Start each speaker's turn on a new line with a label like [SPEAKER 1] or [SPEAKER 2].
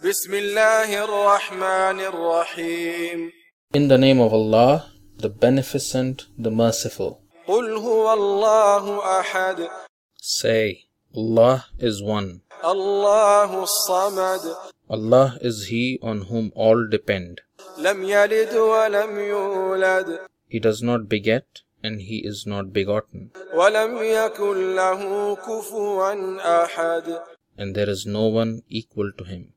[SPEAKER 1] بسم الله الرحمن الرحيم
[SPEAKER 2] In the name of Allah, the Beneficent, the Merciful.
[SPEAKER 1] قل هو الله أحد
[SPEAKER 2] Say, Allah is one.
[SPEAKER 1] الله الصمد
[SPEAKER 2] Allah is He on whom all depend.
[SPEAKER 1] لم يلد ولم يولد
[SPEAKER 2] He does not beget, and He is not begotten.
[SPEAKER 1] ولم يكن له كفوا أحد
[SPEAKER 2] And there is no one equal to Him.